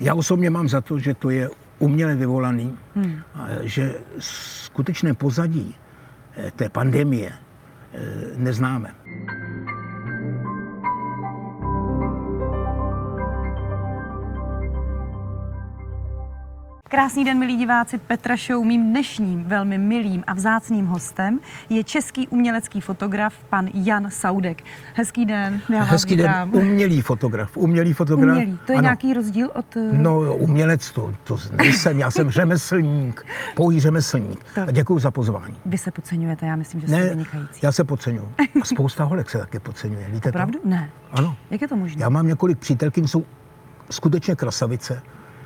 Já osobně mám za to, že to je uměle vyvolaný, hmm. že skutečné pozadí eh, té pandemie eh, neznáme. Krásný den, milí diváci. Petra Show, mým dnešním velmi milým a vzácným hostem je český umělecký fotograf pan Jan Saudek. Hezký den, já vás Hezký den, vítám. umělý fotograf. Umělý fotograf. Umělý, to je ano. nějaký rozdíl od... eh, No, umělec to, to nejsem, já jsem řemeslník, pouhý řemeslník. Tak. A děkuji za pozvání. Vy se podceňujete, já myslím, že jste Ne, vynikající. já se podceňuju. A spousta holek se také podceňuje, víte Opravdu? to? Ne. Ano. Jak je to možné? Já mám několik přítelkyn, jsou skutečně krasavice,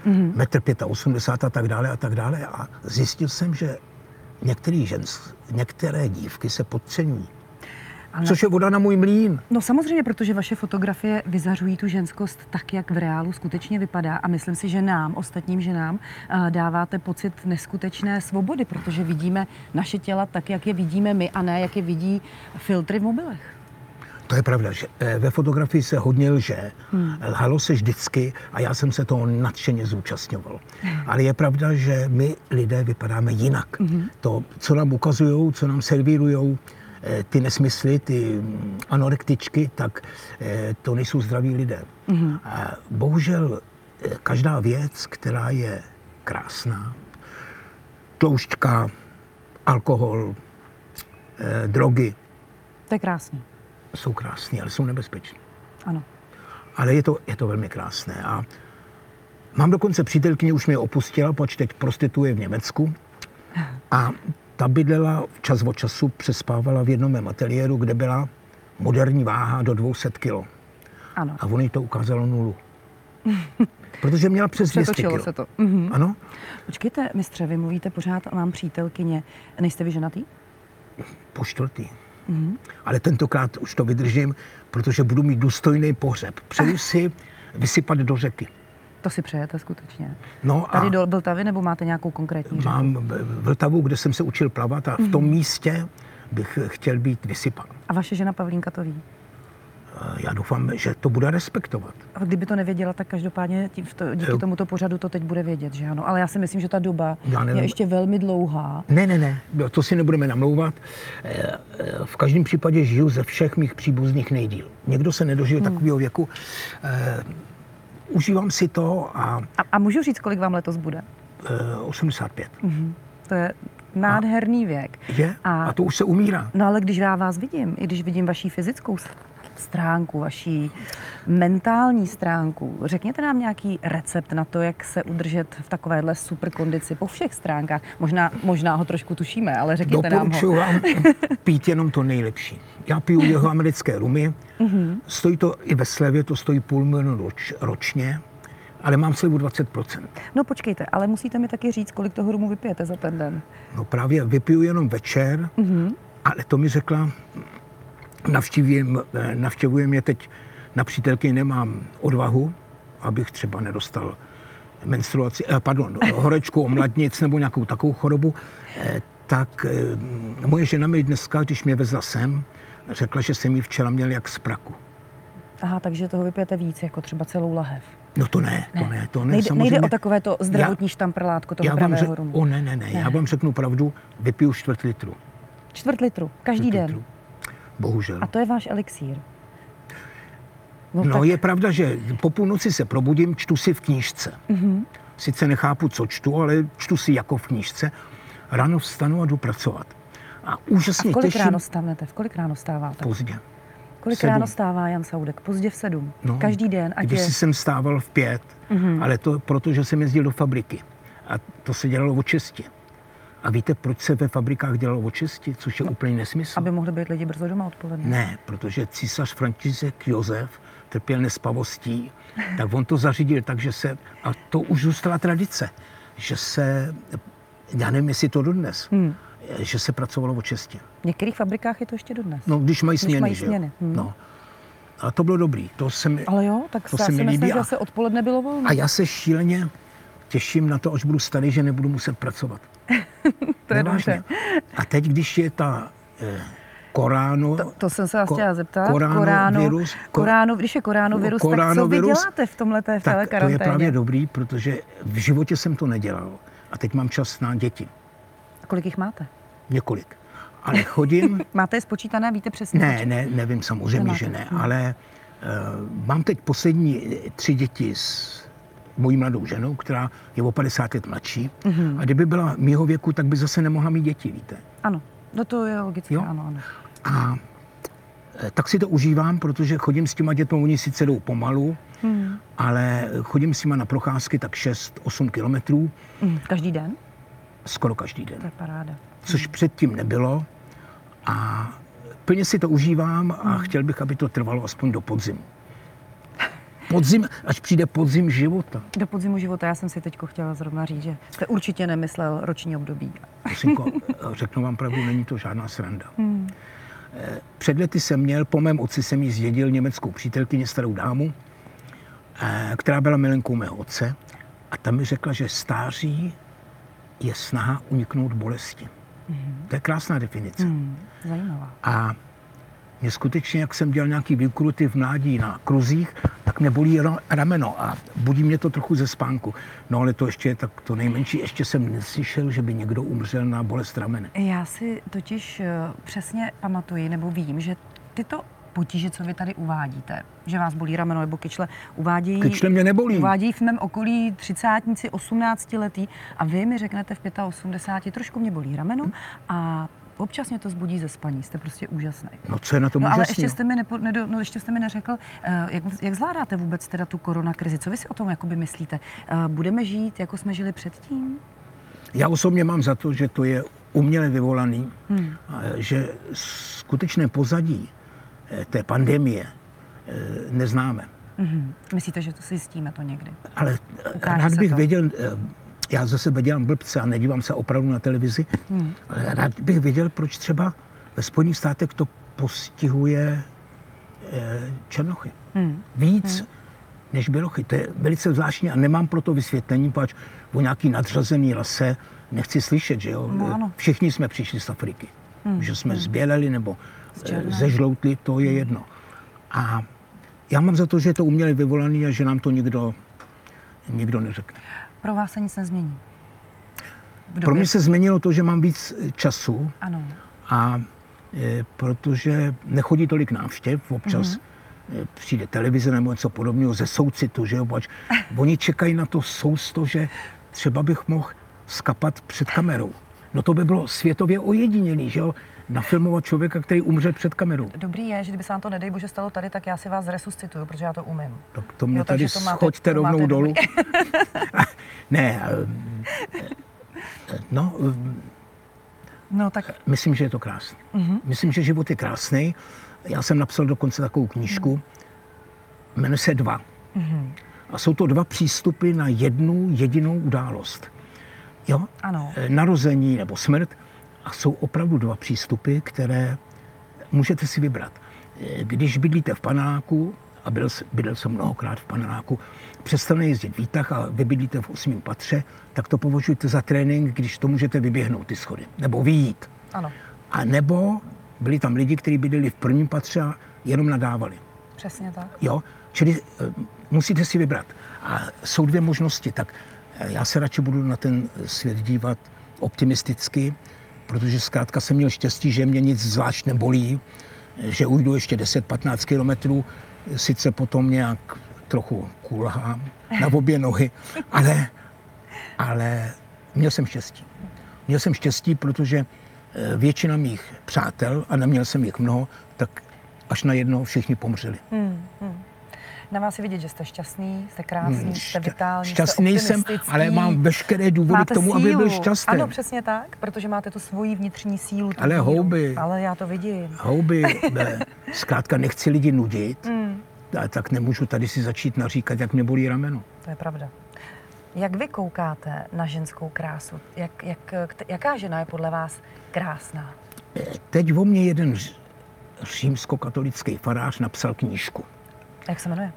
mm-hmm. metr 85 a tak dále a tak dále. A zjistil jsem, že některý žens, některé dívky se podceňují. Ale- Což je voda na můj mlín. No samozřejmě, protože vaše fotografie vyzařují tu ženskost tak, jak v reálu skutečně vypadá a myslím si, že nám, ostatním ženám, eh, dáváte pocit neskutečné svobody, protože vidíme naše těla tak, jak je vidíme my a ne, jak je vidí filtry v mobilech. To je pravda, že eh, ve fotografii se hodně lže, hmm. lhalo se vždycky a já jsem se toho nadšeně zúčastňoval. Ale je pravda, že my lidé vypadáme jinak. Hmm. To, co nám ukazují, co nám servírují, ty nesmysly, ty mm, anorektičky, tak eh, to nejsou zdraví lidé. Hmm. A bohužel eh, každá věc, která je krásná, tloušťka, alkohol, eh, drogy, To je krásný. jsou krásné, ale jsou nebezpečné. Ano. Ale je to, je to velmi krásné. A mám dokonce přítelkyni, už mě opustila, pač teď prostituje v Německu. A ta bydlela čas od času, přespávala v jednom mém ateliéru, kde byla moderní váha do 200 kg. Ano. A on jí to ukázalo nulu. Protože měla přes 200 Přetočilo kg. se to. Mhm. Ano? Počkejte, mistře, vy mluvíte pořád, mám přítelkyně. Nejste vy ženatý? Po čtvrtý. Mhm. Mm-hmm. Ale tentokrát už to vydržím, protože budu mít důstojný pohřeb. Přeju si vysypat do řeky. To si přejete skutečně. No Tady a... do Vltavy nebo máte nějakou konkrétní ženu? Mám v- Vltavu, kde jsem se učil plavat a v tom místě bych chtěl být vysypán. A vaše žena Pavlínka to ví. Eh, Já doufám, že to bude respektovat. A kdyby to nevěděla, tak každopádně tím- v to- díky Jo. tomuto pořadu to teď bude vědět, že ano. Ale já si myslím, že ta doba Já nevím. je ještě velmi dlouhá. Ne, ne, ne, no, to si nebudeme namlouvat. Eh, eh, V každém případě žiju ze všech mých příbuzných nejdíl. Někdo se nedožil hmm. takového věku. Eh, Užívám si to a A, a můžu říct, kolik vám letos bude? Mhm. eh, 85. To je nádherný věk. Je? A- A... a to už se umírá. No ale když já vás vidím, i když vidím vaší fyzickou s- stránku, vaší mentální stránku, řekněte nám nějaký recept na to, jak se udržet v takovéhle super kondici po všech stránkách. Možná, možná ho trošku tušíme, ale řekněte nám ho. Doporučuji vám pít jenom to nejlepší. Já piju jeho americké rumy, Mhm. stojí to i ve slevě, to stojí půl milionu roč, ročně, ale mám slevu 20%. No počkejte, ale musíte mi taky říct, kolik toho rumu vypijete za ten den. No právě vypiju jenom večer, Mhm. ale to mi řekla, navštívím, eh, navštěvuje mě teď na přítelky, nemám odvahu, abych třeba nedostal menstruaci, eh, pardon, horečku, omladnic nebo nějakou takovou chorobu, eh, tak eh, moje žena mi dneska, když mě vezla sem, řekla, že jsem ji včera měl jak z praku. Aha, takže toho vypijete víc, jako třeba celou lahev. No to ne, to ne, to ne. Nejde, nejde samozřejmě. o takové to zdravotní štamprlátko toho já vám pravého řek, rumu. O ne, ne, ne, já vám řeknu pravdu, vypiju čtvrt litru. Čtvrt litru, každý den. litru. Bohužel. A to je váš elixír. No, No tak, je pravda, že po půlnoci se probudím, čtu si v knížce. Mhm. Mm-hmm. Sice nechápu, co čtu, ale čtu si jako v knížce. Ráno vstanu a jdu pracovat. A a úžasně v kolik těším... ráno stanete? V kolik ráno stáváte? Pozdě. Kolik sedm. ráno stává Jan Saudek? Pozdě v sedm. Každý den, ať Když je... Mhm. si jsem stával v pět, mm-hmm. ale to proto, že jsem jezdil do fabriky. A to se dělalo o česti. A víte, proč se ve fabrikách dělalo o česti, což je no, úplný nesmysl? aby mohli být lidi brzo doma odpoledne. Ne, protože císař František Josef trpěl nespavostí, tak on to zařídil tak, že se, a to už zůstala tradice, že se, já nevím, jestli to dodnes, hmm. že se pracovalo o čestě. V některých fabrikách je to ještě dodnes. No, když mají Když směny, mají že směny, hmm. jo? No. A to bylo dobrý, to se mi, Ale jo, tak To já se si mi myslím, líbí že a- zase odpoledne bylo volno. a já se šíleně těším na to, až budu starý, že nebudu muset pracovat. To je No, vážně. A teď, když je ta eh, Koránu, To, to jsem se vás ko- chtěla zeptat. koránovirus, ko- koránu, když je koránovirus, tak co vy koránovirus, děláte v tomhle té Jako tak to je karanténě? právě dobrý, protože v životě jsem to nedělal. A teď mám čas na děti. Kolik jich máte? Několik. Ale chodím, Máte je spočítané, víte přesně? ne, ne, nevím samozřejmě, Nemáte. Hm. že ne, ale uh, mám teď poslední tři děti s mojí mladou ženou, která je o 50 let mladší. Mhm. A kdyby byla mýho věku, tak by zase nemohla mít děti, víte. Ano, no to je logické, Jo. ano, ano. A eh, tak si to užívám, protože chodím s těma dětmi, oni sice jdou pomalu, hmm. ale chodím s nima na procházky tak 6-8 kilometrů Mm, Každý den? skoro každý den, To je paráda. což předtím nebylo. A plně si to užívám a chtěl bych, aby to trvalo aspoň do podzimu. Podzim, až přijde podzim života. Do podzimu života já jsem si teď chtěla zrovna říct, že jste určitě nemyslel roční období. Prosimko, eh, řeknu vám pravdu, není to žádná sranda. Hmm. Před lety jsem měl, po mém otci jsem jí zdědil německou přítelkyni, starou dámu, eh, která byla milenkou mého otce a tam mi řekla, že stáří je snaha uniknout bolesti. Hmm. To je krásná definice. Hmm. Hmm, zajímavá. A mě skutečně, jak jsem dělal nějaký výkruty v mládí na kruzích, tak mě bolí ra- rameno a budí mě to trochu ze spánku. No ale to ještě je tak to nejmenší. Ještě jsem neslyšel, že by někdo umřel na bolest ramene. Já si totiž eh, přesně pamatuji nebo vím, že tyto potíže, co vy tady uvádíte, že vás bolí rameno nebo kyčle, uvádějí, Kyčle mě nebolí. uvádějí v mém okolí třicátníci, osmnáctiletí a vy mi řeknete v 85, trošku mě bolí rameno a občas mě to zbudí ze spaní, jste prostě úžasný. No co je na tom No ale úžasného? ještě jste, mi nepo, nedo, no, ještě jste mi neřekl, eh, jak, jak zvládáte vůbec teda tu koronakrizi, co vy si o tom jakoby myslíte? Eh, Budeme žít, jako jsme žili předtím? Já osobně mám za to, že to je uměle vyvolaný, hmm. že skutečné pozadí eh, té pandemie eh, neznáme. Mhm. Myslíte, že to zjistíme to někdy? Ale eh, Ukáže rád se bych to. věděl, eh, já ze sebe dělám blbce a nedívám se opravdu na televizi, hmm. ale rád bych věděl, proč třeba ve Spojených státech to postihuje eh, Černochy. Hmm. Víc hmm. než Bělochy. To je velice zvláštní a nemám pro to vysvětlení, pač o nějaký nadřazený rase nechci slyšet, že jo. No ano. Všichni jsme přišli z Afriky. Hmm. Že jsme zběleli nebo eh, černé. zežloutli, to je jedno. A já mám za to, že je to uměle vyvolaný a že nám to nikdo, nikdo neřekne. Pro vás se nic nezmění. V Pro mě se změnilo to, že mám víc eh, času Ano. a eh, protože nechodí tolik návštěv, občas Mhm. mm-hmm. přijde televize nebo něco podobného ze soucitu, že jo, pač oni čekají na to sousto, že třeba bych mohl skapat před kamerou. No to by bylo světově ojedinělý, že jo, nafilmovat člověka, který umře před kamerou. Dobrý je, že kdyby se vám to nedej bože stalo tady, tak já si vás resuscituju, protože já to umím. Tak to mě jo, Jo, No, takže tady to máte- schoďte to rovnou máte dolů. dobrý. ne, ehm, eh, no, ehm, No tak myslím, že je to krásný. Mm-hmm. Myslím, že život je krásný. Já jsem napsal dokonce takovou knížku, jmenuje se Dva. Mm-hmm. A jsou to dva přístupy na jednu jedinou událost. Jo? ano. Eh, Narození nebo smrt. A jsou opravdu dva přístupy, které můžete si vybrat. Eh, Když bydlíte v paneláku, a byl, s- bydlel jsem mnohokrát v paneláku, přestane jezdit výtah a vy bydlíte v osmém patře, tak to považujte za trénink, když to můžete vyběhnout ty schody, nebo vyjít. Ano, A nebo byli tam lidi, kteří bydleli v prvním patře a jenom nadávali. přesně tak. Jo? Čili eh, musíte si vybrat. A jsou dvě možnosti. Tak eh, já se radši budu na ten svět dívat optimisticky, protože zkrátka jsem měl štěstí, že mě nic zvlášť nebolí, eh, že ujdu ještě 10-15 kilometrů, sice potom nějak trochu kulhám na obě nohy, ale, ale měl jsem štěstí. Měl jsem štěstí, protože eh, většina mých přátel, a neměl jsem jich mnoho, tak až najednou všichni pomřeli. Na vás je vidět, že jste šťastný, jste krásný, jste Hmm, Šťa- vitální, šťastný jste jsem, ale mám veškeré důvody k Máte tomu, sílu. aby byl šťastný. Ano, přesně tak, protože máte tu svoji vnitřní sílu. tu Ale víru. houby. Ale já to vidím. Houby, eh, zkrátka nechci lidi nudit, Mm. a tak nemůžu tady si začít naříkat, jak mě bolí rameno. To je pravda. Jak vy koukáte na ženskou krásu? Jak, jak, kte- jaká žena je podle vás krásná? Eh, Teď o mně jeden ř- římskokatolický farář napsal knížku. Jak se jmenuje?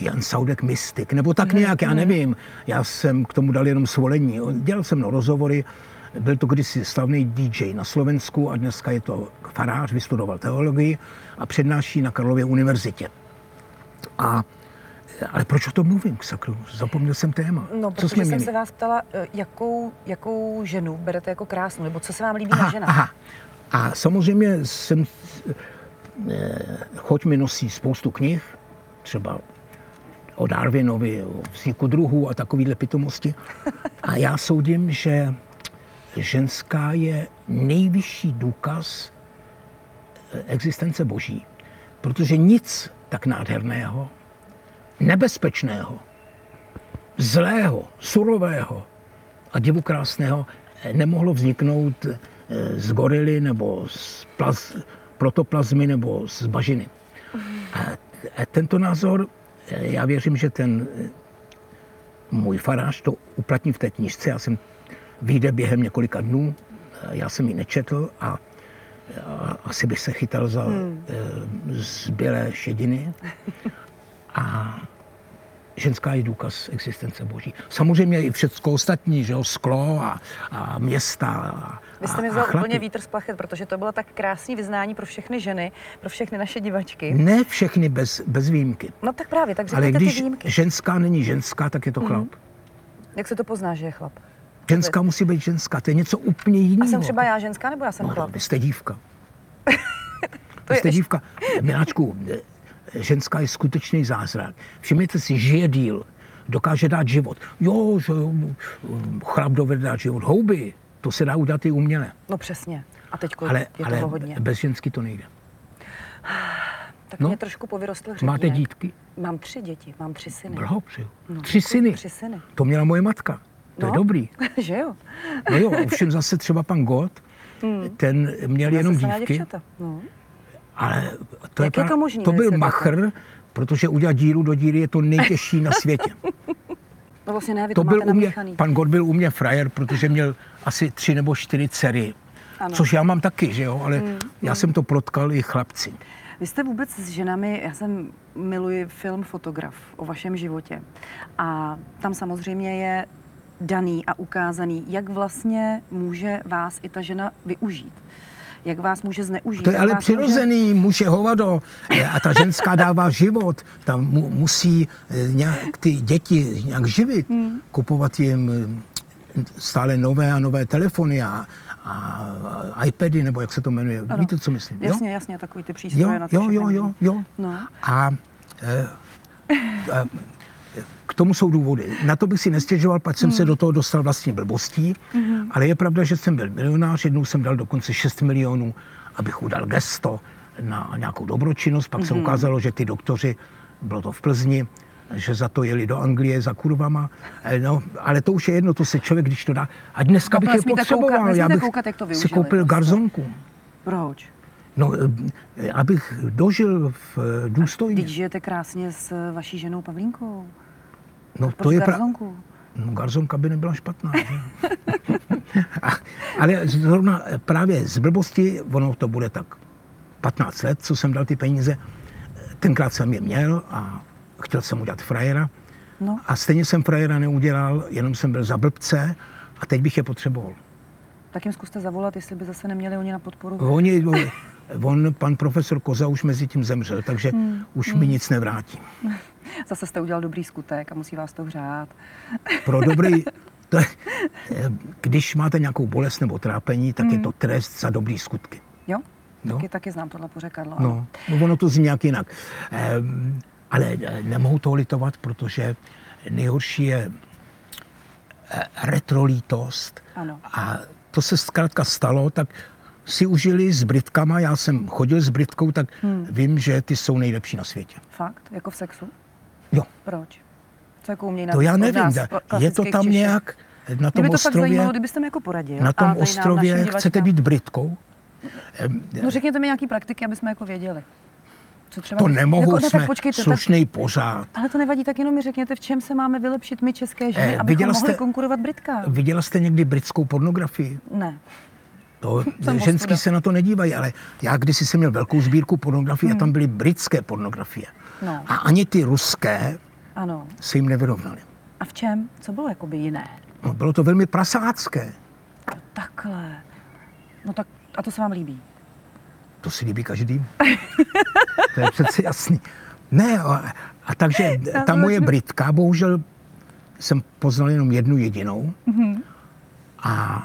Jan Saudek Mm-hmm. Mystik, nebo tak nějak, já nevím. Já jsem k tomu dal jenom svolení. On- Dělal jsem mnou no, rozhovory, Byl to kdysi slavný DJ na Slovensku a dneska je to farář, vystudoval teologii a přednáší na Karlově univerzitě. A, ale proč o tom mluvím, k sakru? Zapomněl jsem téma. No, co protože jsme jsem měli? se vás ptala, eh, jakou, jakou ženu berete jako krásnou, nebo co se vám líbí na Aha, ženách. aha. A samozřejmě jsem, eh, choť mi nosí spoustu knih, třeba o Darwinovi, o vzniku druhů a takovýhle pitomosti. A já soudím, že ženská je nejvyšší důkaz eh, existence boží. Protože nic tak nádherného, nebezpečného, zlého, surového a divokrásného eh, nemohlo vzniknout eh, z gorily nebo z plaz, protoplazmy nebo z bažiny. A- a Tento názor, eh, já věřím, že ten eh, můj farář to uplatní v té knižce. Já jsem vyjde během několika dnů, eh, já jsem ji nečetl a, a asi bych se chytal za hmm. zbělé šediny. A ženská je důkaz existence boží. Samozřejmě i všecko ostatní, že jo, sklo a, a města. A, Vy jste a- mi a vzal chlapy. úplně vítr z plachet, protože to bylo tak krásný vyznání pro všechny ženy, pro všechny naše divačky. Ne všechny bez, bez výjimky. No tak právě, tak Hmm. Ale řekněte ty když výjimky. Mhm. ženská není ženská, tak je to chlap. Mm-hmm. Jak se to pozná, že je chlap? Ženská musí být ženská, to je něco úplně jiného. A jsem třeba já ženská, nebo já jsem No, chlap? vy jste dívka. To vy je jste ještě- dívka. Miláčku, eh, ženská je skutečný zázrak. Všimněte si, žije díl, dokáže dát život. Jo, že jo, mm, chlap dovede dát život. Houby, to se dá udělat i uměle. No přesně. A teď Ale, je ale toho hodně. bez ženský to nejde. Tak no. mě trošku povyrostl hřebínek. Máte dítky? Mám tři děti, mám tři syny. Blahopřeju. No, Tři syny. Tři syny. To měla moje matka. To je No. dobrý. že jo? No jo, ovšem zase třeba pan Gott, ten měl jenom Zase Hmm. se na dívky, děvčata. No. ale to, Jak je pra- to možný, to byl nejsem machr, protože udělat díru do díry je to nejtěžší na světě. no vlastně ne, vy to, To byl máte u mě, namíchaný. pan Gott byl u mě frajer, protože měl asi tři nebo čtyři dcery. Ano. Hmm. Což já mám taky, že jo, ale já jsem to protkal i chlapci. Vy jste vůbec s ženami, já jsem miluji film Fotograf o vašem životě. A tam samozřejmě je daný a ukázaný, jak vlastně může vás i ta žena využít. Jak vás může zneužít. To je jak ale vás může- přirozený, muž je hovado eh, a ta ženská dává život. Tam mu, musí eh, nějak ty děti nějak živit, Hmm. kupovat jim eh, stále nové a nové telefony a, a iPady, nebo jak se to jmenuje. Ano. Víte, co myslím? jo? Jasně, jasně, takový ty Jo, přístroje na to jo, jo, všechno. jo, jo. No. A eh, eh, k tomu jsou důvody. Na to bych si nestěžoval, pak jsem Hmm. se do toho dostal vlastně blbostí, Mhm. ale je pravda, že jsem byl milionář, jednou jsem dal dokonce 6 milionů, abych udal gesto na nějakou dobročinnost, pak Mhm. se ukázalo, že ty doktoři, bylo to v Plzni, že za to jeli do Anglie za kurvama, Eh, no, ale to už je jedno, to se člověk, když to dá. A dneska No to bych je nesmíte koukat- potřeboval, já nesmíte bych koukat, jak to si využili koupil prostě. garzonku. Proč? No, eh, abych dožil v eh, důstojně. Teď žijete krásně s vaší ženou Pavlínkou. No, Proč to je pra... garzonku? no, garzonka by nebyla špatná. že? A- Ale zrovna eh, právě z blbosti, ono to bude tak 15 let, co jsem dal ty peníze. Tenkrát jsem je měl a chtěl jsem udělat frajera. No, A stejně jsem frajera neudělal, jenom jsem byl za blbce a teď bych je potřeboval. tak jim zkuste zavolat, jestli by zase neměli oni na podporu. Oni, on, pan profesor Koza už mezi tím zemřel, takže hmm. už mi nic nevrátí. Zase jste udělal dobrý skutek a musí vás to hřát. pro dobrý... To, je- když máte nějakou bolest nebo trápení, tak je Hmm. to trest za dobrý skutky. Jo? No. Taky, taky znám tohle pořekadlo. ano. No, no ono to zní nějak jinak. Ehm, ale eh, nemohu to litovat, protože nejhorší je eh, retrolítost. Ano. A to se zkrátka stalo, tak si užili s Britkama, já jsem chodil s Britkou, tak hmm. vím, že ty jsou nejlepší na světě. Fakt? Jako v sexu? Jo, Proč? Co jako umějí na to No, já od nevím, nás, da- pro- je to klasických tam Češů? nějak eh, na tom Mě by to fakt ostrově. zajímalo, kdybyste mi jako poradil. Na a tom tady nám, ostrově našim chcete divačkám. být Britkou? No řekněte mi nějaký praktiky, aby jsme jako věděli. Co třeba To bych- nemohou, jako, ne, jsme tak počkejte, tak, slušnej pořád. ale to nevadí, tak jenom mi řekněte, v čem se máme vylepšit my české ženy, Eh, abychom viděla mohli jste- konkurovat Britkám. Viděla jste někdy britskou pornografii? Ne. To Jsem ženský ostuda. se na to nedívají, ale já kdysi jsem měl velkou sbírku pornografie a tam byly britské pornografie. Hmm. No. A ani ty ruské Ano. se jim nevyrovnaly. A v čem? Co bylo jakoby jiné? No, bylo to velmi prasácké. Jo, takhle. No tak a to se vám líbí. To si líbí každý. to je přece jasný. Ne, a, a takže Já ta to moje začnu- Britka, bohužel jsem poznal jenom jednu jedinou. Mhm. A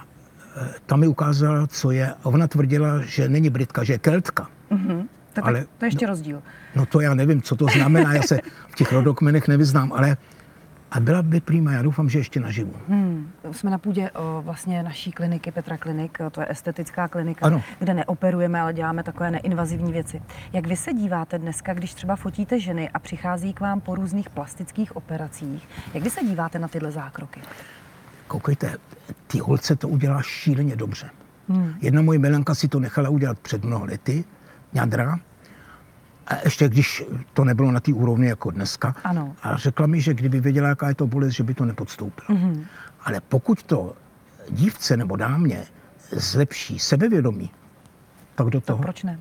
eh, ta mi ukázala, co je. A Ona tvrdila, že není Britka, že je Keltka. Mhm. To, Ale- Ale, to je ještě rozdíl. No to já nevím, co to znamená, já se v těch rodokmenech nevyznám, ale a byla by prýma, já doufám, že ještě naživu. Hmm. Jsme na půdě o, vlastně naší kliniky Petra Klinik, o, to je estetická klinika, Ano. kde neoperujeme, ale děláme takové neinvazivní věci. Jak vy se díváte dneska, když třeba fotíte ženy a přichází k vám po různých plastických operacích, jak vy se díváte na tyhle zákroky? Koukejte, ty holce to udělá šíleně dobře. Hmm. Jedna moje milenka si to nechala udělat před mnoha lety, ňadra, a ještě když to nebylo na té úrovni jako dneska. Ano. A řekla mi, že kdyby věděla, jaká je to bolest, že by to nepodstoupila. Mhm. Hmm. Ale pokud to dívce nebo dámě zlepší sebevědomí, tak do To toho. proč ne?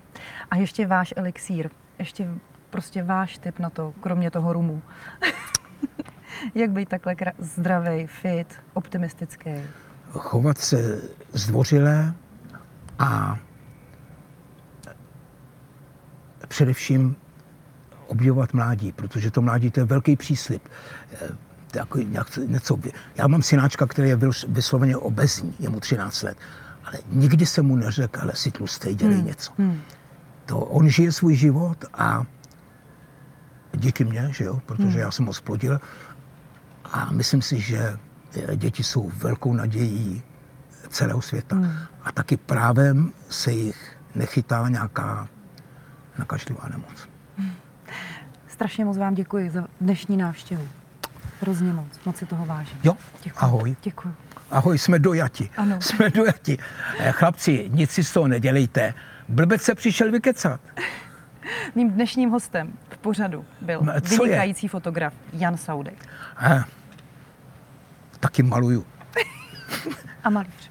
A ještě váš elixír, ještě prostě váš tip na to, kromě toho rumu. jak být takhle kra- zdravý, fit, optimistický? chovat se zdvořilé a především obdivovat mládí, protože to mládí to je velký příslip. Eh, to je Jako nějak- něco, já mám synáčka, který je vys- vysloveně obezní, je mu 13 let, ale nikdy se mu neřekl, ale si tlustej, dělej něco. To on žije svůj život a díky mně, že jo, protože já jsem ho splodil, a myslím si, že eh, děti jsou velkou nadějí celého světa. Hmm. A taky právem se jich nechytá nějaká nakažlivá nemoc. Strašně moc vám děkuji za dnešní návštěvu. Hrozně moc, moc si toho vážím. Jo, děkuji. ahoj. Děkuji. Ahoj, jsme dojati. Ano. Jsme dojati. Eh, Chlapci, nic si z toho nedělejte. Blbec se přišel vykecat. Mým dnešním hostem v pořadu byl M, No, co je? vynikající fotograf Jan Saudek Eh, Taky maluju. a malíř.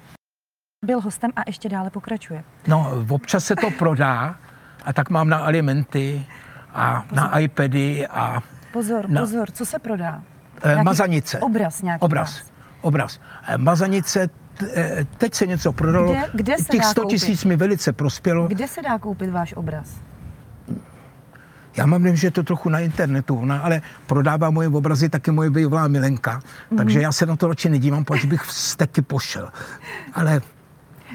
Byl hostem a ještě dále pokračuje. No, občas se to prodá a tak mám na alimenty a na iPady a Pozor, No. pozor, co se prodá? Eh, Nějaký mazanice. Obraz nějaký. Obraz, obraz. Eh, Mazanice, t- eh, teď se něco prodalo. Kde- kde se Těch dá 100 tisíc koupit? mi velice prospělo. Kde se dá koupit váš obraz? Já mám dojem, že je to trochu na internetu, ona ale prodává moje obrazy taky moje bývalá milenka, Mhm. takže já se na to radši nedívám, proč bych steky pošel. Ale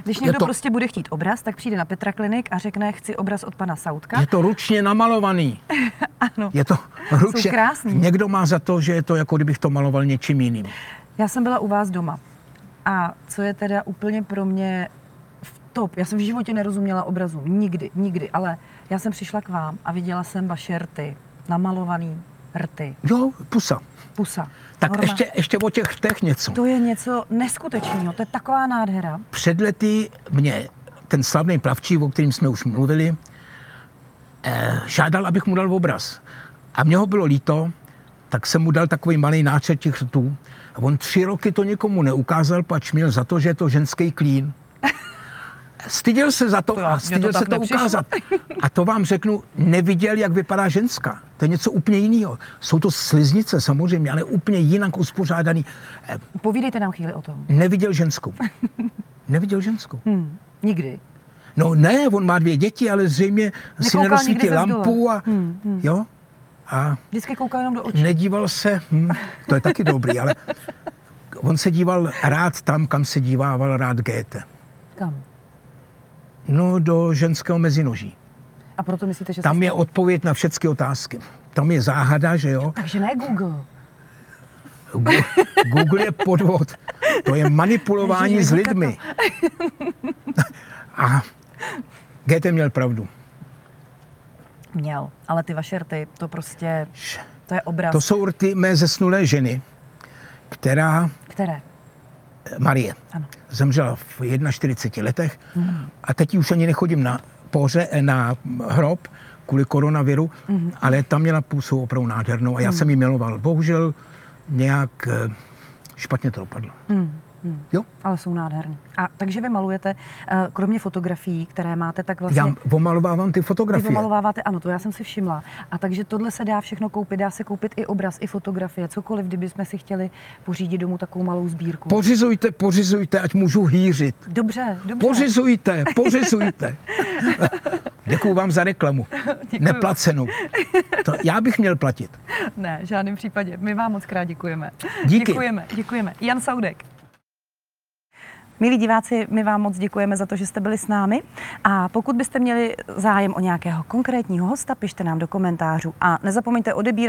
Když někdo to- to... prostě bude chtít obraz, tak přijde na Petra Klinik a řekne, chci obraz od pana Saudka. je to ručně namalovaný. Ano. Je to ručně. krásný. Někdo má za to, že je to jako kdybych to maloval něčím jiným. Já jsem byla u vás doma. A co je teda úplně pro mě v top, já jsem v životě nerozuměla obrazu, nikdy, nikdy, ale já jsem přišla k vám a viděla jsem vaše rty, namalovaný rty, Jo, pusa. pusa. Tak Norma- ještě, ještě o těch rtech něco. To je něco neskutečného, to je taková nádhera. Před lety mě ten slavný plavčí, o kterým jsme už mluvili, eh, žádal, abych mu dal obraz. A mě ho bylo líto, tak jsem mu dal takový malý náčet těch rtů. A on tři roky to nikomu neukázal, pač měl za to, že je to ženský klín. Styděl se za to To já- a mně to styděl tak se to nepřišlo. ukázat. A to vám řeknu, neviděl, jak vypadá ženská. To je něco úplně jiného. Jsou to sliznice samozřejmě, ale úplně jinak uspořádaný. Eh, Povídejte nám chvíli o tom. Neviděl ženskou. Neviděl ženskou. Hm, nikdy. No ne, on má dvě děti, ale zřejmě si Nekoukal nikdy nerozsvítí ze zdola. lampu a hmm, hmm. jo. A Vždycky koukal jenom do očí. nedíval se, hm, to je taky dobrý, ale on se díval rád tam, kam se dívával rád Goethe. Kam? No do ženského mezinoží. A proto myslíte, že... Tam je odpověď na všechny otázky. Tam je záhada, že jo. Takže ne Google. Gu- Google je podvod. To je manipulování Ježiš, s Veronika, lidmi. A Goethe měl pravdu. Měl, ale ty vaše rty, to prostě... To je obraz. To jsou rty mé zesnulé ženy, která Které? Marie. Ano. Zemřela v 41 letech Mm-hmm. a teď už ani nechodím na poře, eh, na hrob kvůli koronaviru, Mm-hmm. ale tam měla půsu opravdu Mm. nádhernou a já jsem ji miloval. Bohužel nějak eh, špatně to dopadlo. Hmm. Hmm. Jo? Ale jsou nádherný. A takže vy malujete, eh, kromě fotografií, které máte, tak vlastně... Já pomalovávám ty Vy fotografie. pomalováváte, ano, to já jsem si všimla. A takže tohle se dá všechno koupit, dá se koupit i obraz, i fotografie, cokoliv, kdybychom si chtěli pořídit domů takovou malou sbírku. Pořizujte, pořizujte, ať můžu hýřit. Dobře, dobře. Pořizujte, pořizujte. Děkuju vám za reklamu. Děkuju. Neplacenou. To já bych měl platit. Ne, v žádném případě. My vám moc krát děkujeme. Díky. Děkujeme, děkujeme. Jan Saudek. Milí diváci, my vám moc děkujeme za to, že jste byli s námi a pokud byste měli zájem o nějakého konkrétního hosta, pište nám do komentářů a nezapomeňte odebírat